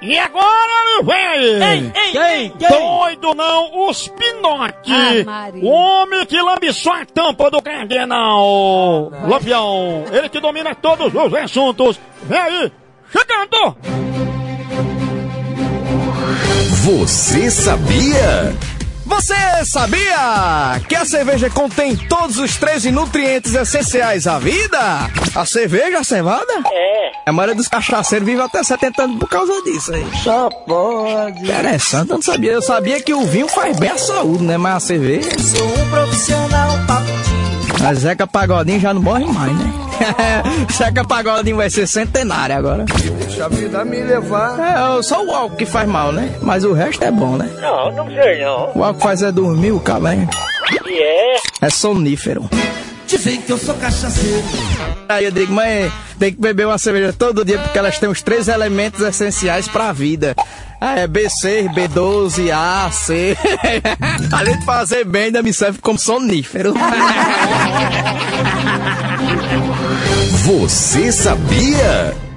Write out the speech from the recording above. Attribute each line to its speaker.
Speaker 1: E agora ele vem aí!
Speaker 2: Ei, ei,
Speaker 1: Doido não, os Pinote!
Speaker 3: Ah, Maria.
Speaker 1: o homei que lambiçou a tampa do
Speaker 2: Ah,
Speaker 1: Cardenal! Lampião! Ele que domina todos os assuntos! Vem aí! Chegando!
Speaker 4: Você sabia?
Speaker 5: Você sabia que a cerveja contém todos os 13 nutrientes essenciais à vida? A cerveja, a cevada?
Speaker 6: É,
Speaker 5: A maioria dos cachaceiros vive até 70 anos por causa disso aí.
Speaker 6: só pode.
Speaker 5: Interessante, eu não sabia. Eu sabia que o vinho faz bem à saúde, né? Mas a cerveja...
Speaker 2: Sou um profissional papo
Speaker 5: Mas Zeca Pagodinho já não morre mais, né? Zeca Pagodinho vai ser centenário agora.
Speaker 7: Deixa a vida me levar.
Speaker 5: É, só o álcool que faz mal, né? Mas o resto é bom, né?
Speaker 6: Não, não sei não.
Speaker 5: O álcool faz é dormir, o cabra é-
Speaker 6: E é.
Speaker 5: é sonífero.
Speaker 2: Dizem que eu sou cachaceiro.
Speaker 5: Aí eu digo, mãe, tem que beber uma cerveja todo dia porque elas têm os três elementos essenciais pra vida. Ah, é B6, B12, A, C. Além de fazer bem, ainda me serve como sonífero.
Speaker 4: Você sabia?